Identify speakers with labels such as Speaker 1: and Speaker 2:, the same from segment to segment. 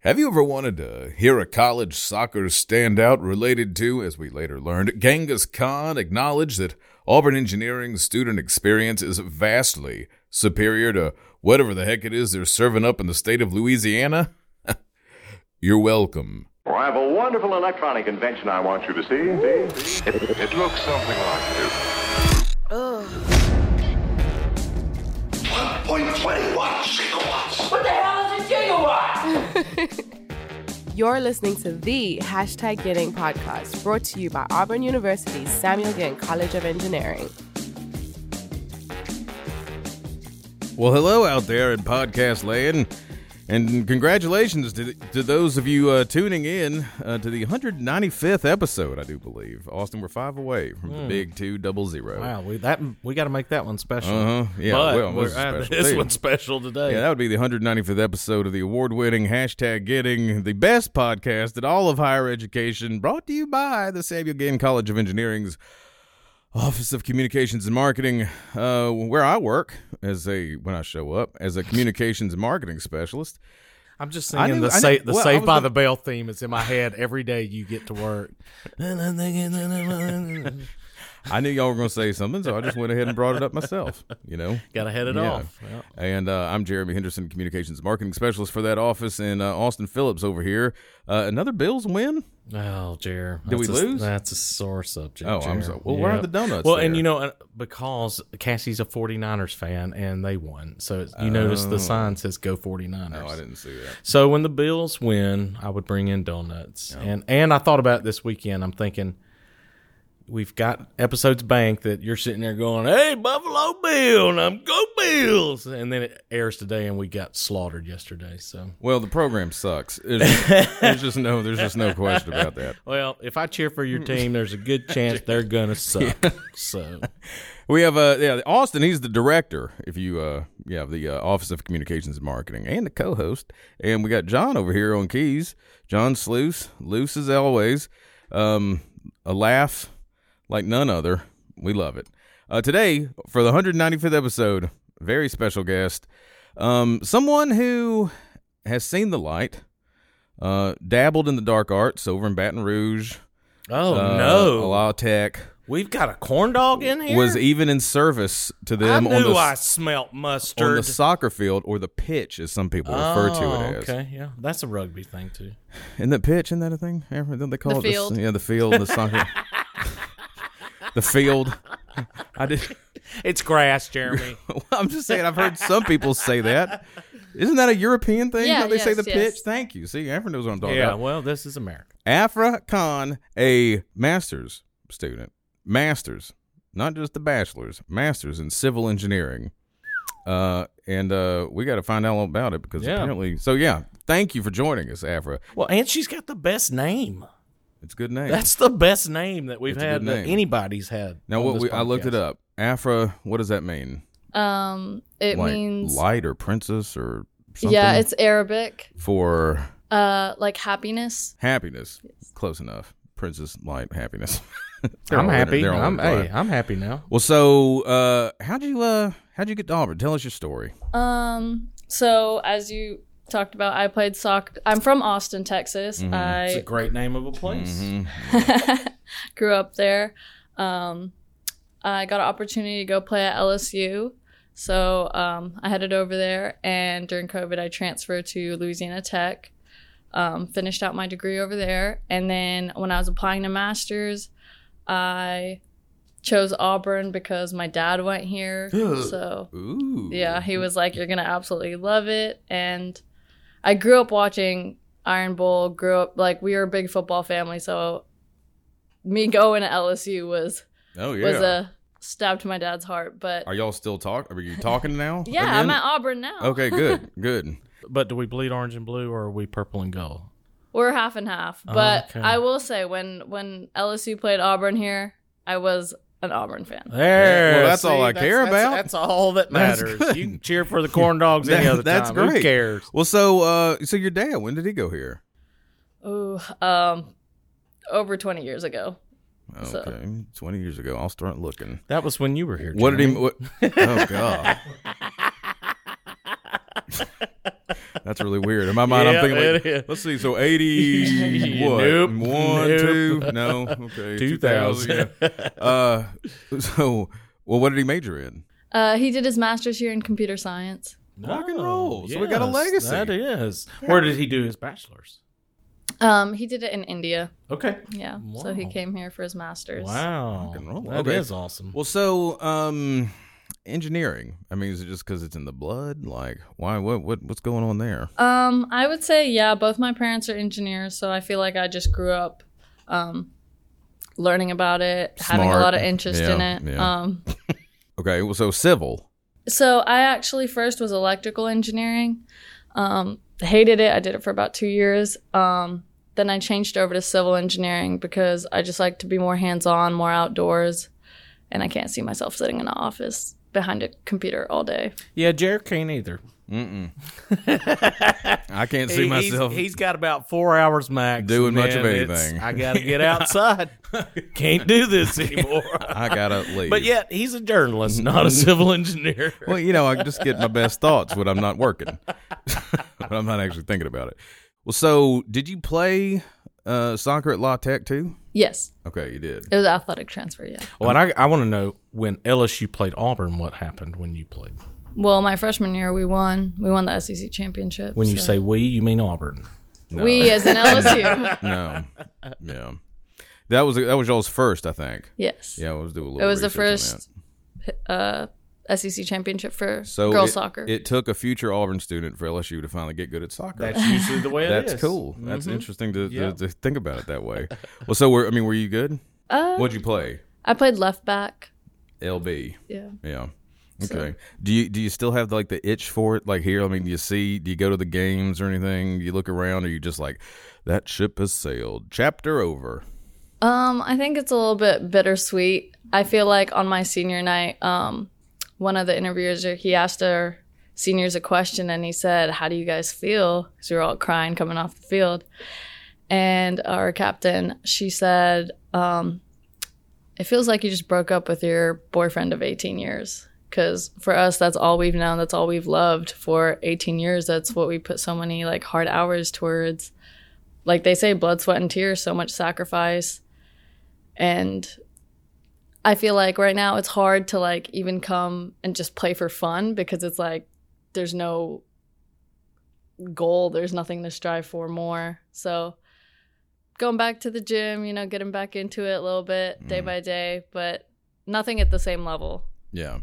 Speaker 1: Have you ever wanted to hear a college soccer standout related to, as we later learned, Genghis Khan acknowledge that Auburn Engineering's student experience is vastly superior to whatever the heck it is they're serving up in the state of Louisiana? You're welcome.
Speaker 2: Well, I have a wonderful electronic invention I want you to see. see?
Speaker 3: It, it looks something like this.
Speaker 4: 1.21 gigawatts.
Speaker 5: What the hell is a gigawatt?
Speaker 6: You're listening to the hashtag Getting podcast, brought to you by Auburn University's Samuel Ginn College of Engineering.
Speaker 1: Well, hello out there in podcast land, and congratulations to, to those of you uh, tuning in uh, to the 195th episode, I do believe. Austin, we're five away from the big two double zero.
Speaker 7: Wow, we that we got to make that one special.
Speaker 1: Uh-huh. Yeah,
Speaker 7: but
Speaker 1: well,
Speaker 7: we're
Speaker 1: this is
Speaker 7: adding
Speaker 1: special
Speaker 7: this
Speaker 1: too.
Speaker 7: one special today.
Speaker 1: Yeah, that would be the 195th episode of the award winning hashtag getting the best podcast in all of higher education, brought to you by the Samuel Ginn College of Engineering's Office of Communications and Marketing, uh, where I work as a when I show up as a communications and marketing specialist.
Speaker 7: I'm just
Speaker 1: I
Speaker 7: singing
Speaker 1: knew-
Speaker 7: the
Speaker 1: I knew-
Speaker 7: Sa- the
Speaker 1: well, I
Speaker 7: Saved
Speaker 1: was
Speaker 7: by
Speaker 1: gonna-
Speaker 7: the Bell theme is in my head every day you get to work. Got
Speaker 1: I knew y'all were going to say something, so I just went ahead and brought it up myself. You know,
Speaker 7: to head it
Speaker 1: Yeah.
Speaker 7: off. Well,
Speaker 1: And uh, I'm Jeremy Henderson, communications marketing specialist for that office, and uh, Austin Phillips over here. Uh, another Bills win.
Speaker 7: Oh, Jer.
Speaker 1: Did we
Speaker 7: that's a-
Speaker 1: lose?
Speaker 7: That's a sore subject.
Speaker 1: Oh, I'm
Speaker 7: Jer.
Speaker 1: so- well, where are the donuts
Speaker 7: Well, and
Speaker 1: there?
Speaker 7: you know, uh, because Cassie's a 49ers fan and they won. So it's- you notice the sign says go 49ers.
Speaker 1: No, Oh. I didn't see that.
Speaker 7: So when the Bills win, I would bring in donuts. And and I thought about it this weekend. I'm thinking we've got episodes bank that you're sitting there going, "Hey, Buffalo Bill, and I'm go Bills," and then it airs today, and we got slaughtered yesterday. So
Speaker 1: Well, the program sucks. There's just, there's just no, there's just no question about that.
Speaker 7: well, if I cheer for your team, there's a good chance they're gonna suck. So
Speaker 1: We have uh, yeah, Austin. He's the director. If you uh, yeah, of the uh, Office of Communications and Marketing, and the co-host. And we got John over here on keys. John Sluice, loose as always. Um, a laugh like none other. We love it. Uh, today for the 195th episode, very special guest, um, someone who has seen the light, uh, dabbled in the dark arts over in Baton Rouge.
Speaker 7: oh
Speaker 1: uh,
Speaker 7: no,
Speaker 1: Law Tech
Speaker 7: we've got a corn dog in here.
Speaker 1: was even in service to
Speaker 7: I
Speaker 1: them
Speaker 7: knew
Speaker 1: on the,
Speaker 7: I smelt mustard.
Speaker 1: on the soccer field or the pitch, as some people refer to it
Speaker 7: Oh,
Speaker 1: as.
Speaker 7: Okay, yeah, that's a rugby thing too.
Speaker 1: Isn't that pitch? Isn't that a thing? Yeah, Don't they call it
Speaker 6: The
Speaker 1: s-
Speaker 6: field.
Speaker 1: yeah, the field, the soccer, the field. I did.
Speaker 7: It's grass, Jeremy.
Speaker 1: I'm just saying. I've heard some people say that. Isn't that a European thing?
Speaker 6: Yeah,
Speaker 1: How they say
Speaker 6: yes,
Speaker 1: the
Speaker 6: yes.
Speaker 1: pitch. Thank you. See, Afra knows what I'm talking
Speaker 7: yeah,
Speaker 1: about.
Speaker 7: well, this is America.
Speaker 1: Afra Khan, a master's student, master's, not just the bachelor's, master's in civil engineering. Uh, and uh, we got to find out all about it because
Speaker 7: Yeah.
Speaker 1: apparently. So yeah, thank you for joining us, Afra.
Speaker 7: Well, and she's got the best name.
Speaker 1: It's a good name.
Speaker 7: That's the best name that we've
Speaker 1: It's a
Speaker 7: had
Speaker 1: good
Speaker 7: that
Speaker 1: name.
Speaker 7: anybody's had.
Speaker 1: now
Speaker 7: on
Speaker 1: what
Speaker 7: this
Speaker 1: we, I looked it
Speaker 7: podcast.
Speaker 1: up. Afra, what does that mean?
Speaker 8: Um, it
Speaker 1: like
Speaker 8: means
Speaker 1: light or princess or something?
Speaker 8: yeah, it's Arabic.
Speaker 1: for
Speaker 8: Uh, like happiness.
Speaker 1: happiness. Close enough. Princess, light, happiness. They're
Speaker 7: I'm
Speaker 1: all inter-
Speaker 7: happy.
Speaker 1: they're all
Speaker 7: I'm, hey,
Speaker 1: intertwined.
Speaker 7: I'm happy now.
Speaker 1: Well, so uh, how'd you uh, how'd you get to Auburn? Tell us your story.
Speaker 8: Um, so as you talked about, I played soccer. I'm from Austin, Texas.
Speaker 7: It's a
Speaker 8: I
Speaker 7: great name of a place.
Speaker 1: Mm-hmm.
Speaker 8: grew up there. Um, I got an opportunity to go play at LSU. So um, I headed over there, and during COVID, I transferred to Louisiana Tech. Um, finished out my degree over there, and then when I was applying to masters, I chose Auburn because my dad went here. so
Speaker 1: Ooh.
Speaker 8: yeah, he was like, "You're gonna absolutely love it." And I grew up watching Iron Bowl. Grew up like we were a big football family, so me going to LSU was
Speaker 1: Oh yeah.
Speaker 8: was uh, a stab to my dad's heart. But
Speaker 1: Are y'all still talking? Are you talking now?
Speaker 8: yeah,
Speaker 1: again?
Speaker 8: I'm at Auburn now.
Speaker 1: Okay, good, good.
Speaker 7: But do we bleed orange and blue or are we purple and gold?
Speaker 8: We're half and half.
Speaker 1: Oh,
Speaker 8: But
Speaker 7: Okay.
Speaker 8: I will say when when LSU played Auburn here, I was an Auburn fan.
Speaker 7: There.
Speaker 1: Well, that's all I care
Speaker 7: that's-
Speaker 1: about.
Speaker 7: That's all that
Speaker 1: That's
Speaker 7: matters.
Speaker 1: good.
Speaker 7: You can cheer for the corn dogs any
Speaker 1: That-
Speaker 7: other
Speaker 1: that's
Speaker 7: time.
Speaker 1: great.
Speaker 7: Who cares?
Speaker 1: Well, so uh, so your dad, when did he go here?
Speaker 8: Ooh, um, over 20 years ago.
Speaker 1: Okay,
Speaker 8: So-
Speaker 1: twenty years ago. I'll start looking. Oh,
Speaker 7: That was when you were here.
Speaker 1: What did he?
Speaker 7: Jeremy.
Speaker 1: What, oh God. That's really weird. In my mind,
Speaker 7: Yeah,
Speaker 1: I'm thinking,
Speaker 7: it is.
Speaker 1: like, let's see, so 80, what?
Speaker 7: Nope,
Speaker 1: One,
Speaker 7: nope.
Speaker 1: two? No, okay.
Speaker 7: 2000.
Speaker 1: 2000. yeah. Uh, so, well, what did he major in?
Speaker 8: Uh, he did his master's here in computer science.
Speaker 1: Rock and roll. So we got a legacy.
Speaker 7: That is. Where did he do his bachelor's?
Speaker 8: Um, he did it in India.
Speaker 7: Okay.
Speaker 8: Yeah. So he
Speaker 7: Wow.
Speaker 8: came here for his master's.
Speaker 7: Wow.
Speaker 1: and roll.
Speaker 7: That
Speaker 1: Okay.
Speaker 7: is awesome.
Speaker 1: Well, so, um, engineering. I mean, is it just because it's in the blood? Like, why? What? What? What's going on there?
Speaker 8: Um, I would say yeah. Both my parents are engineers, so I feel like I just grew up, um, learning about it, having a
Speaker 1: Smart.
Speaker 8: lot of interest in
Speaker 1: Yeah,
Speaker 8: it.
Speaker 1: yeah.
Speaker 8: Um,
Speaker 1: Okay. Well, so civil.
Speaker 8: so I actually first was electrical engineering. Um, hated it. I did it for about two years. Um, then I changed over to civil engineering because I just like to be more hands-on, more outdoors, and I can't see myself sitting in an office behind a computer all day.
Speaker 7: yeah, Jared can't either.
Speaker 1: Mm-mm. I can't see
Speaker 7: He- he's-
Speaker 1: myself.
Speaker 7: he's got about four hours max.
Speaker 1: Doing
Speaker 7: and
Speaker 1: much of
Speaker 7: then it's,
Speaker 1: anything.
Speaker 7: I gotta get outside. Can't do this anymore.
Speaker 1: I gotta leave.
Speaker 7: but yet he's a journalist, not a civil engineer.
Speaker 1: Well, you know, I just get my best thoughts when I'm not working, but I'm not actually thinking about it. Well, so did you play uh, soccer at La Tech too?
Speaker 8: Yes,
Speaker 1: Okay, you did.
Speaker 8: it was athletic transfer. Yeah.
Speaker 7: Well, and I, I want to know when LSU played Auburn, what happened when you played?
Speaker 8: Well, my freshman year, we won. We won the SEC championship.
Speaker 7: When you
Speaker 8: so-
Speaker 7: say we, you mean Auburn.
Speaker 8: we as an LSU,
Speaker 1: No, yeah, that was that was y'all's first, I think.
Speaker 8: yes,
Speaker 1: Yeah, let's do a little.
Speaker 8: it was the
Speaker 1: research on
Speaker 8: first
Speaker 1: that.
Speaker 8: uh, SEC championship for
Speaker 1: So
Speaker 8: girls
Speaker 1: it,
Speaker 8: soccer.
Speaker 1: It took a future Auburn student for LSU to finally get good at soccer.
Speaker 7: usually the way
Speaker 1: That's cool. That's interesting to, to, to think about it that way. well, so were, I mean, were you good?
Speaker 8: Uh,
Speaker 1: What'd you play?
Speaker 8: I played left back.
Speaker 1: LB.
Speaker 8: Yeah,
Speaker 1: Yeah. Okay. do you do you still have like the itch for it? Like here, I mean, do you see? Do you go to the games or anything? You look around, or you just like that ship has sailed, chapter over.
Speaker 8: um, I think it's a little bit bittersweet. I feel like on my senior night, um, one of the interviewers he asked our seniors a question, and he said, "How do you guys feel?" Because we were all crying coming off the field, and our captain she said, um, it feels like you just broke up with your boyfriend of 18 years because for us that's all we've known that's all we've loved for 18 years that's what we put so many like hard hours towards like they say blood sweat and tears so much sacrifice and i feel like right now it's hard to like even come and just play for fun because it's like there's no goal there's nothing to strive for more so going back to the gym you know getting back into it a little bit day by day but nothing at the same level
Speaker 1: Yeah.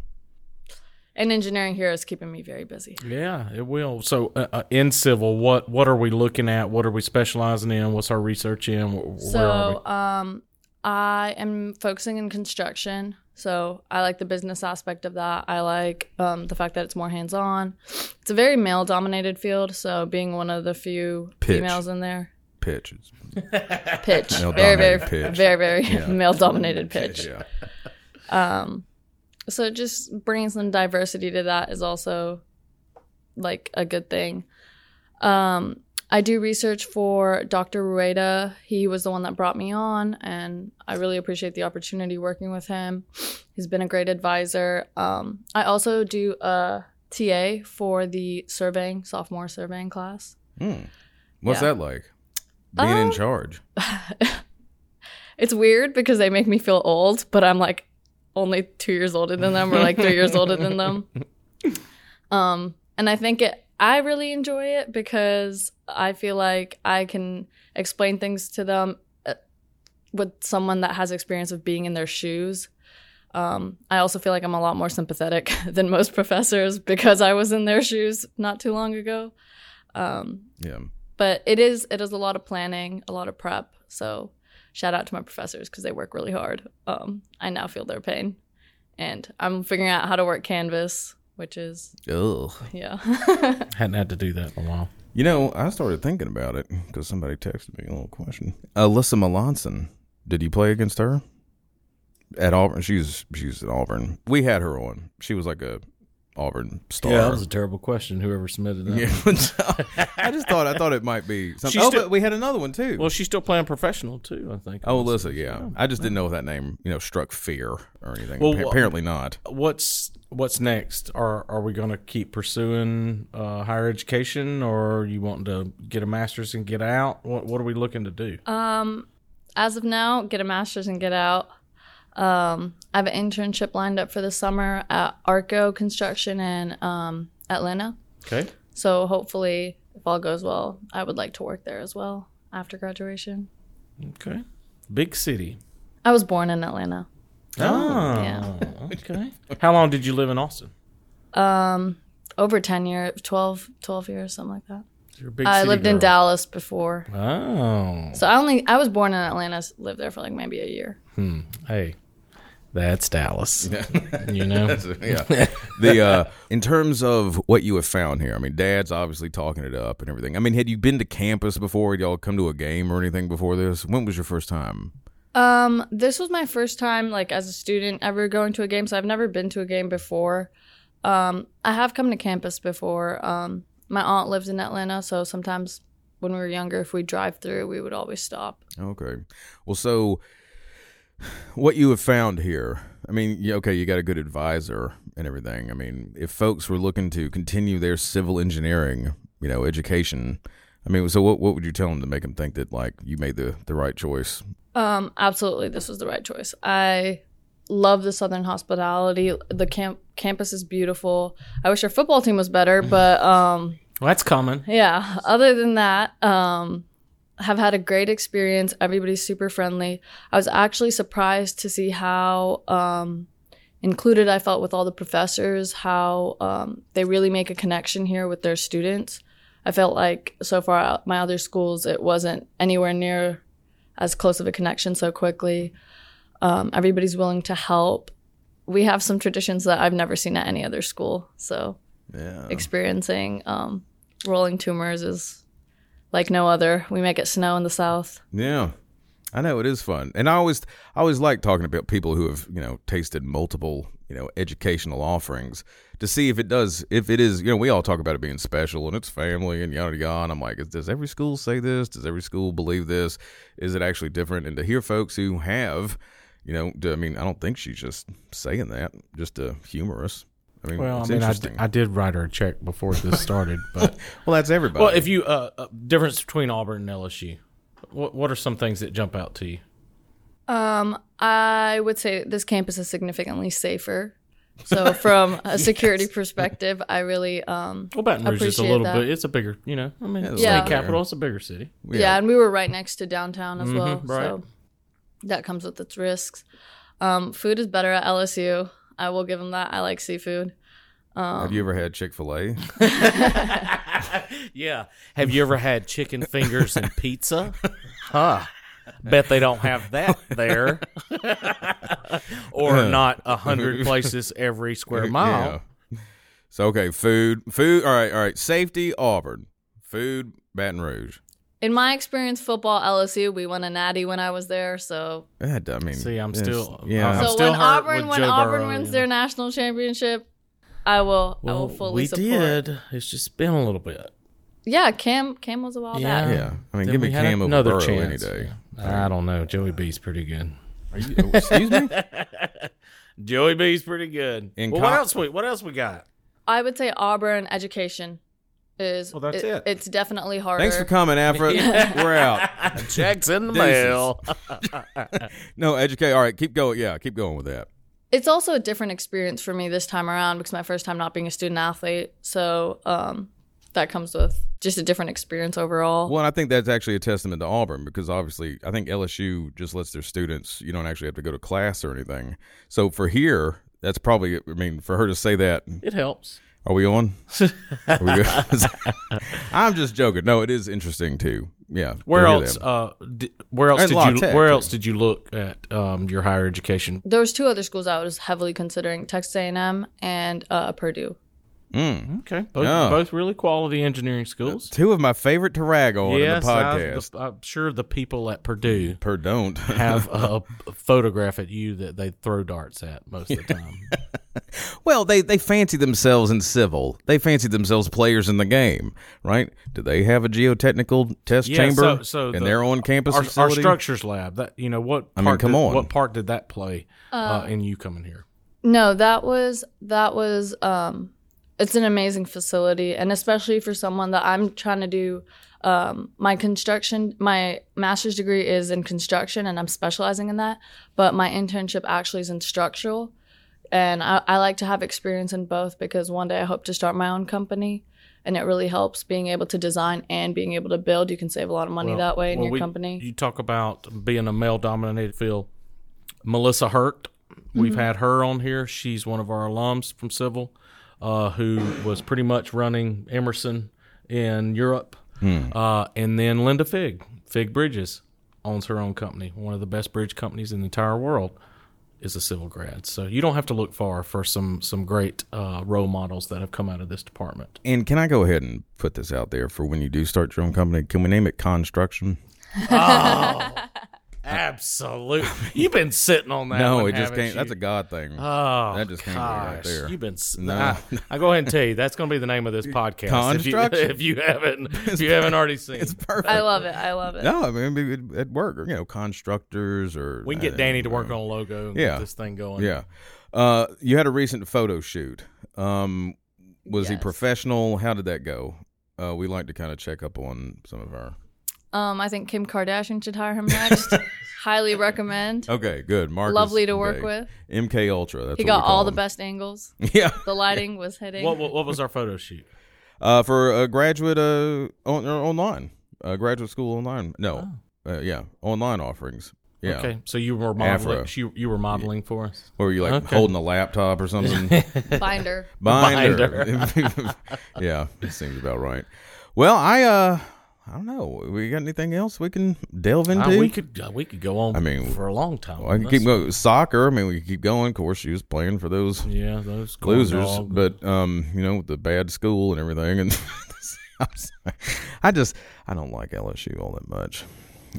Speaker 8: and engineering here is keeping me very busy
Speaker 7: Yeah, it will. So, uh, uh, in civil, what what are we looking at? What are we specializing in? What's our research in? Wh- Where are we?
Speaker 8: So, um, I am focusing in construction. So I like the business aspect of that. I like um, the fact that it's more hands-on. It's a very male-dominated field, so being one of the few
Speaker 1: Pitch.
Speaker 8: females in there,
Speaker 1: Pitches.
Speaker 8: pitch, very, very,
Speaker 1: Male-dominated pitch.
Speaker 8: very, very male-dominated pitch.
Speaker 1: Yeah.
Speaker 8: Um, So just bringing some diversity to that is also like a good thing. Um, I do research for Dr. Rueda. He was the one that brought me on, and I really appreciate the opportunity working with him. He's been a great advisor. Um, I also do a TA for the surveying, sophomore surveying class.
Speaker 1: Hmm. What's
Speaker 8: Yeah.
Speaker 1: that like? Being in
Speaker 8: Uh,
Speaker 1: charge.
Speaker 8: It's weird because they make me feel old, but I'm like only two years older than them or like three years older than them. Um, and I think it, I really enjoy it because I feel like I can explain things to them uh, with someone that has experience of being in their shoes. Um, I also feel like I'm a lot more sympathetic than most professors because I was in their shoes not too long ago. Um,
Speaker 1: Yeah.
Speaker 8: but it is it is a lot of planning a lot of prep so shout out to my professors because they work really hard um, i now feel their pain and i'm figuring out how to work canvas which is
Speaker 1: Ugh.
Speaker 8: yeah
Speaker 7: Hadn't had to do that in a while.
Speaker 1: You know, I started thinking about it because somebody texted me a little question. Alyssa Melanson, did you play against her at Auburn? She's she's at Auburn. We had her on. She was like a Auburn star?
Speaker 7: Yeah, that was a terrible question. Whoever submitted that.
Speaker 1: Yeah. I just thought I thought it might be something.
Speaker 7: She's
Speaker 1: oh,
Speaker 7: still-
Speaker 1: but we had another one too.
Speaker 7: Well, she's still playing professional too. I think.
Speaker 1: oh, Alyssa, yeah. I just didn't know if that name, you know, struck fear or anything.
Speaker 7: Well,
Speaker 1: Appa-
Speaker 7: wha-
Speaker 1: apparently not.
Speaker 7: what's what's next? Are are we going to keep pursuing uh, higher education, or you want to get a master's and get out? What what are we looking to do?
Speaker 8: Uh, as of now, get a master's and get out. Um, I have an internship lined up for the summer at Arco Construction in um, Atlanta.
Speaker 7: okay.
Speaker 8: So hopefully, if all goes well, I would like to work there as well after graduation.
Speaker 7: Okay. Big city.
Speaker 8: I was born in Atlanta.
Speaker 7: Oh.
Speaker 8: Yeah.
Speaker 7: Okay. How long did you live in Austin?
Speaker 8: Over 10 years, 12, 12 years, something like that.
Speaker 7: You're a big
Speaker 8: I
Speaker 7: city
Speaker 8: lived in
Speaker 7: girl.
Speaker 8: Dallas before.
Speaker 7: Oh.
Speaker 8: So I only, I was born in Atlanta, s- lived there for like maybe a year.
Speaker 7: Hey. That's Dallas. you know.
Speaker 1: yeah. The uh, in terms of what you have found here, I mean, Dad's obviously talking it up and everything. I mean, had you been to campus before? Had y'all come to a game or anything before this? When was your first time?
Speaker 8: Um, this was my first time, like as a student, ever going to a game. So I've never been to a game before. Um, I have come to campus before. Um, my aunt lives in Atlanta, so sometimes when we were younger, if we drive through, we would always stop.
Speaker 1: Okay. Well, so what you have found here, I mean, yeah, okay, you got a good advisor and everything. I mean, if folks were looking to continue their civil engineering, you know, education, I mean, so what, what would you tell them to make them think that, like, you made the, the right choice?
Speaker 8: Um, absolutely, this was the right choice. I love the Southern hospitality. The camp campus is beautiful. I wish our football team was better, but um,
Speaker 7: Well, that's common.
Speaker 8: yeah other than that um have had a great experience everybody's super friendly i was actually surprised to see how um included i felt with all the professors how um, they really make a connection here with their students i felt like so far out my other schools it wasn't anywhere near as close of a connection so quickly um, everybody's willing to help we have some traditions that i've never seen at any other school so
Speaker 1: Yeah.
Speaker 8: experiencing um, rolling tumors is like no other. We make it snow in the south.
Speaker 1: Yeah. I know it is fun. And I always I always like talking about people who have, you know, tasted multiple, you know, educational offerings to see if it does if it is, you know, we all talk about it being special and it's family and yada yada. And I'm like, is- does every school say this? Does every school believe this? Is it actually different? And to hear folks who have, you know, do, I mean, I don't think she's just saying that just to humor us. I mean,
Speaker 7: Well, I
Speaker 1: it's
Speaker 7: mean, I, d-
Speaker 1: interesting.
Speaker 7: I did write her a check before this started, but
Speaker 1: well, that's everybody.
Speaker 7: well, if you uh, uh, difference between Auburn and LSU, what what are some things that jump out to you?
Speaker 8: Um, I would say this campus is significantly safer. So from a security perspective, I really um
Speaker 7: Well, Baton Rouge is a
Speaker 8: Appreciate
Speaker 7: little
Speaker 8: that.
Speaker 7: bit. It's a bigger, you know. I mean,
Speaker 1: it's
Speaker 7: state
Speaker 8: like-
Speaker 7: capital. It's a bigger city.
Speaker 8: yeah. and we were right next to downtown as well. So that comes with its risks. Um, food is better at LSU. I will give them that. I like seafood.
Speaker 1: have you ever had Chick fil A?
Speaker 7: Yeah. Have you ever had chicken fingers and pizza? Huh. Bet they don't have that there, or not a hundred places every square mile.
Speaker 1: Yeah. So okay, food, food. All right, all right. Safety, Auburn. Food, Baton Rouge.
Speaker 8: In my experience, football LSU, we won a natty when I was there, so
Speaker 1: That, I mean,
Speaker 7: See, I'm
Speaker 1: it's-
Speaker 7: still- uh,
Speaker 1: yeah.
Speaker 7: I'm
Speaker 8: so
Speaker 7: still
Speaker 8: when
Speaker 7: hurt
Speaker 8: Auburn
Speaker 7: with
Speaker 8: when
Speaker 7: Joe
Speaker 8: Auburn
Speaker 7: Burrow,
Speaker 8: wins
Speaker 7: yeah.
Speaker 8: their national championship, I will I will Oh, fully
Speaker 7: we
Speaker 8: support.
Speaker 7: did. It's just been a little bit.
Speaker 8: Yeah, Cam Cam was a while
Speaker 7: Yeah.
Speaker 8: back.
Speaker 1: yeah. I mean,
Speaker 7: Then
Speaker 1: give
Speaker 7: we
Speaker 1: me
Speaker 7: had
Speaker 1: Cam over
Speaker 7: another
Speaker 1: Burrow any
Speaker 7: chance.
Speaker 1: day.
Speaker 7: I don't know. Joey B's pretty good.
Speaker 1: Are you, oh, excuse me.
Speaker 7: Joey B's pretty good.
Speaker 1: In
Speaker 7: well, what
Speaker 1: co-
Speaker 7: else? We, what else we got?
Speaker 8: I would say Auburn education is
Speaker 7: Well, that's it.
Speaker 8: It's definitely harder.
Speaker 1: Thanks for coming, Afra. We're out.
Speaker 7: Check's in the
Speaker 1: Deuces.
Speaker 7: mail.
Speaker 1: No, educate. All right, keep going. Yeah, keep going with that.
Speaker 8: it's also a different experience for me this time around because my first time not being a student athlete, so um, that comes with just a different experience overall.
Speaker 1: Well, and I think that's actually a testament to Auburn because obviously I think LSU just lets their students, you don't actually have to go to class or anything. So for here, that's probably, I mean, for her to say that
Speaker 7: It helps.
Speaker 1: Are we on? Are we good? I'm just joking. No, it is interesting too. Yeah. to
Speaker 7: Where
Speaker 1: hear
Speaker 7: else?
Speaker 1: that.
Speaker 7: Uh, di- where else
Speaker 1: And
Speaker 7: did
Speaker 1: La
Speaker 7: you?
Speaker 1: Tech,
Speaker 7: where
Speaker 1: too.
Speaker 7: else did you look at um, your higher education?
Speaker 8: there was two other schools I was heavily considering: Texas A&M and uh, Purdue.
Speaker 1: Mm.
Speaker 7: Okay, both,
Speaker 1: Yeah.
Speaker 7: both really quality engineering schools.
Speaker 1: Two of my favorite to rag on in
Speaker 7: Yes,
Speaker 1: the
Speaker 7: I-
Speaker 1: podcast.
Speaker 7: the- I'm sure the people at Purdue
Speaker 1: per don't.
Speaker 7: have a photograph at you that they throw darts at most of the time.
Speaker 1: well, they they fancy themselves in civil. They fancy themselves players in the game, right? Do they have a geotechnical test
Speaker 7: Yeah,
Speaker 1: chamber
Speaker 7: so- so
Speaker 1: in
Speaker 7: the-
Speaker 1: their own campus
Speaker 7: our, our
Speaker 1: facility?
Speaker 7: structures lab. That you know what?
Speaker 1: I mean,
Speaker 7: part
Speaker 1: come
Speaker 7: did-
Speaker 1: on.
Speaker 7: What part did that play uh, in you coming here?
Speaker 8: No, that was that was um it's an amazing facility and especially for someone that I'm trying to do um my construction my master's degree is in construction and I'm specializing in that, but my internship actually is in structural and I, I like to have experience in both because one day I hope to start my own company and it really helps being able to design and being able to build. You can save a lot of money that way in
Speaker 7: Well,
Speaker 8: your
Speaker 7: we-
Speaker 8: company.
Speaker 7: You talk about being a male dominated field. Melissa Hurt, we've
Speaker 8: Mm-hmm.
Speaker 7: had her on here. She's one of our alums from Civil, uh, who was pretty much running Emerson in Europe.
Speaker 1: Hmm.
Speaker 7: Uh, and then Linda Fig, Fig Bridges, owns her own company, one of the best bridge companies in the entire world. Is a civil grad, so you don't have to look far for some some great uh, role models that have come out of this department.
Speaker 1: and can I go ahead and put this out there for when you do start your own company? Can we name it Construction?
Speaker 7: Absolutely, you've been sitting on that.
Speaker 1: no,
Speaker 7: one,
Speaker 1: it just
Speaker 7: haven't
Speaker 1: can't.
Speaker 7: you?
Speaker 1: That's a God thing.
Speaker 7: Oh,
Speaker 1: That just came right
Speaker 7: gosh.
Speaker 1: there.
Speaker 7: You've been. s
Speaker 1: No.
Speaker 7: I, I go ahead and tell you that's going to be the name of this podcast.
Speaker 1: Construction.
Speaker 7: If you, if you haven't, if you haven't already seen,
Speaker 1: it's perfect.
Speaker 8: I love it. I love it.
Speaker 1: no, I mean it'd, it'd work. Or, you know, constructors or
Speaker 7: we can get
Speaker 1: uh,
Speaker 7: Danny to work on a logo and
Speaker 1: Yeah.
Speaker 7: get this thing going.
Speaker 1: Yeah. Uh, you had a recent photo shoot. Um, was he
Speaker 8: Yes.
Speaker 1: professional? How did that go? Uh, we like to kind of check up on some of our.
Speaker 8: Um, I think Kim Kardashian should hire him next. Highly recommend.
Speaker 1: Okay, good. Marcus
Speaker 8: Lovely to work
Speaker 1: Gay.
Speaker 8: with.
Speaker 1: MK Ultra. That's
Speaker 8: He
Speaker 1: what
Speaker 8: got
Speaker 1: we call
Speaker 8: all the
Speaker 1: him.
Speaker 8: best angles.
Speaker 1: Yeah.
Speaker 8: The lighting was hitting.
Speaker 7: What, what, what was our photo shoot?
Speaker 1: Uh, for a graduate uh on, uh, online, uh, graduate school online. No.
Speaker 8: Oh.
Speaker 1: Uh, yeah, online offerings. Yeah.
Speaker 7: Okay, so you were modeling.
Speaker 1: Afro.
Speaker 7: She, you were modeling for us.
Speaker 1: Where you like
Speaker 7: Okay.
Speaker 1: holding a laptop or something?
Speaker 8: Binder.
Speaker 1: binder. yeah, it seems about right. Well, I uh, I don't know. We got anything else we can delve into?
Speaker 7: Uh, we could uh, we could go on.
Speaker 1: I mean,
Speaker 7: for a long time.
Speaker 1: Well, I can
Speaker 7: That's-
Speaker 1: keep going. Soccer. I mean, we can keep going. Of course, she was playing for those
Speaker 7: Yeah, those corn
Speaker 1: losers,
Speaker 7: dogs.
Speaker 1: but um, you know, with the bad school and everything, and I'm sorry. I just I don't like LSU all that much.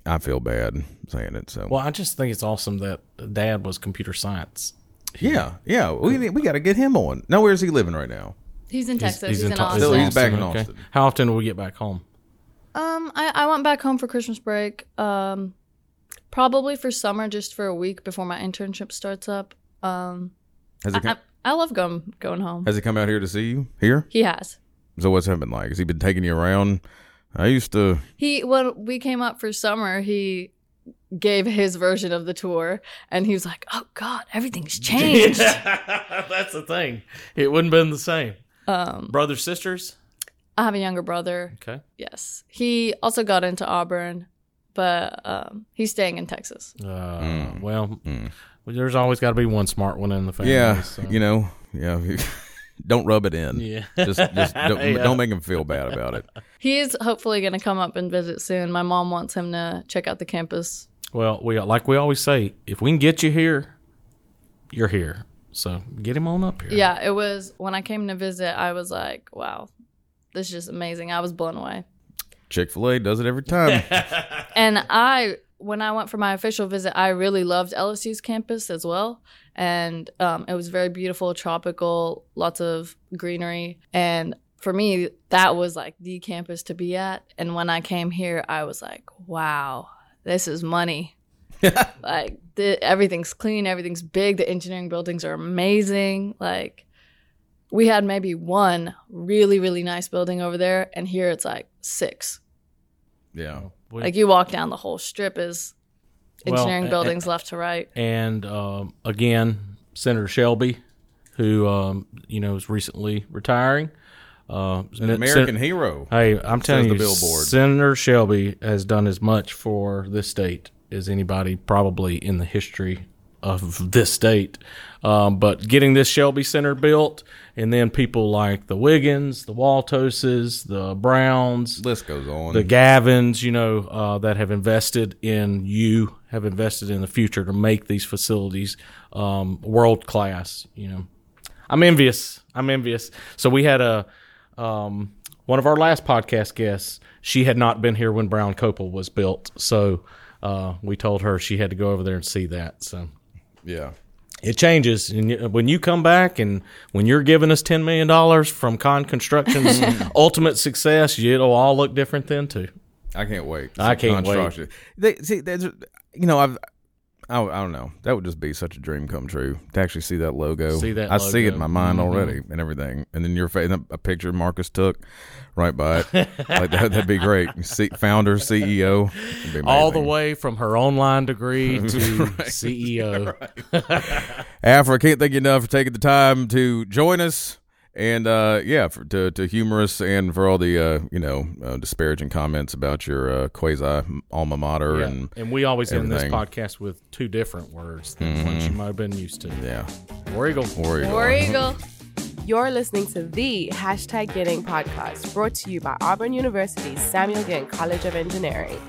Speaker 1: I feel bad saying it. So
Speaker 7: Well, I just think it's awesome that Dad was computer science.
Speaker 1: yeah, yeah, we we got to get him on. Now, where is he living right now?
Speaker 8: He's in Texas. He's, in,
Speaker 7: Ta-
Speaker 8: Austin.
Speaker 1: Still, he's back in
Speaker 7: okay.
Speaker 1: Austin.
Speaker 7: How often do we get back home?
Speaker 8: Um, I, I went back home for Christmas break. Um, probably for summer, just for a week before my internship starts up. Um,
Speaker 1: Has he come,
Speaker 8: I, I love going going home.
Speaker 1: has he come out here to see you here?
Speaker 8: He has.
Speaker 1: So what's that been like? Has he been taking you around? I used to.
Speaker 8: He when we came up for summer, he gave his version of the tour, and he was like, "Oh God, everything's changed."
Speaker 7: That's the thing. It wouldn't have been the same. Um, Brothers, sisters.
Speaker 8: I have a younger brother.
Speaker 7: Okay.
Speaker 8: Yes. He also got into Auburn, but um, he's staying in Texas.
Speaker 7: Uh,
Speaker 1: Mm.
Speaker 7: Well, there's always got to be one smart one in the family.
Speaker 1: Yeah,
Speaker 7: so-
Speaker 1: you know, yeah. don't rub it in.
Speaker 7: Yeah.
Speaker 1: Just, just don't,
Speaker 7: Yeah.
Speaker 1: don't make him feel bad about it.
Speaker 8: He is hopefully going to come up and visit soon. My mom wants him to check out the campus.
Speaker 7: Well, we like we always say, if we can get you here, you're here. So get him on up here.
Speaker 8: Yeah, it was when I came to visit, I was like, wow, this is just amazing. I was blown away.
Speaker 1: Chick Fil A does it every time.
Speaker 8: And I, when I went for my official visit, I really loved LSU's campus as well. And um, it was very beautiful, tropical, lots of greenery. And for me, that was like the campus to be at. And when I came here, I was like, wow, this is money. like the, everything's clean, everything's big. The engineering buildings are amazing. Like we had maybe one really, really nice building over there, and here it's like six.
Speaker 1: yeah.
Speaker 7: We-
Speaker 8: Like you walk down the whole strip is
Speaker 7: Well,
Speaker 8: engineering
Speaker 7: a-
Speaker 8: buildings left to right.
Speaker 7: and um, again, Senator Shelby, who um, you know is recently retiring. Uh,
Speaker 1: An American hero.
Speaker 7: Hey, I'm telling
Speaker 1: the
Speaker 7: you,
Speaker 1: billboard.
Speaker 7: Senator Shelby has done as much for this state as anybody probably in the history of this state. Um, but getting this Shelby Center built, and then people like the Wiggins, the Waltoses, the Browns,
Speaker 1: List goes on.
Speaker 7: the Gavins, you know, uh, that have invested in you, have invested in the future to make these facilities um, world class. You know, I'm envious. I'm envious. So we had a um, one of our last podcast guests. She had not been here when Brown Copel was built, so uh, we told her she had to go over there and see that. So
Speaker 1: Yeah.
Speaker 7: it changes, and you- when you come back and when you're giving us ten million dollars from Con Construction's ultimate success, it'll all look different then too.
Speaker 1: I can't wait.
Speaker 7: I can't wait.
Speaker 1: Construction. They see that's you know I've. I, I don't know. That would just be such a dream come true to actually see that logo.
Speaker 7: See that
Speaker 1: I see it in
Speaker 7: logo. Mm-hmm.
Speaker 1: my mind already and everything. And then your face, a picture Marcus took right by it. like that, that'd be great. See, founder, CEO, It'd be
Speaker 7: All the
Speaker 1: amazing.
Speaker 7: way from her online degree to E CEO.
Speaker 1: Afra, can't thank you enough for taking the time to join us. And uh, yeah, for, to, to humor us and for all the uh, you know uh, disparaging comments about your uh, quasi alma mater
Speaker 7: Yeah,
Speaker 1: and
Speaker 7: and we always end
Speaker 1: everything. Mm-hmm.
Speaker 7: this podcast with two different words than what you might have been used to.
Speaker 1: yeah,
Speaker 7: War Eagle.
Speaker 1: War Eagle.
Speaker 8: War Eagle.
Speaker 6: You're listening to the hashtag Getting Podcast, brought to you by Auburn University's Samuel Ginn College of Engineering.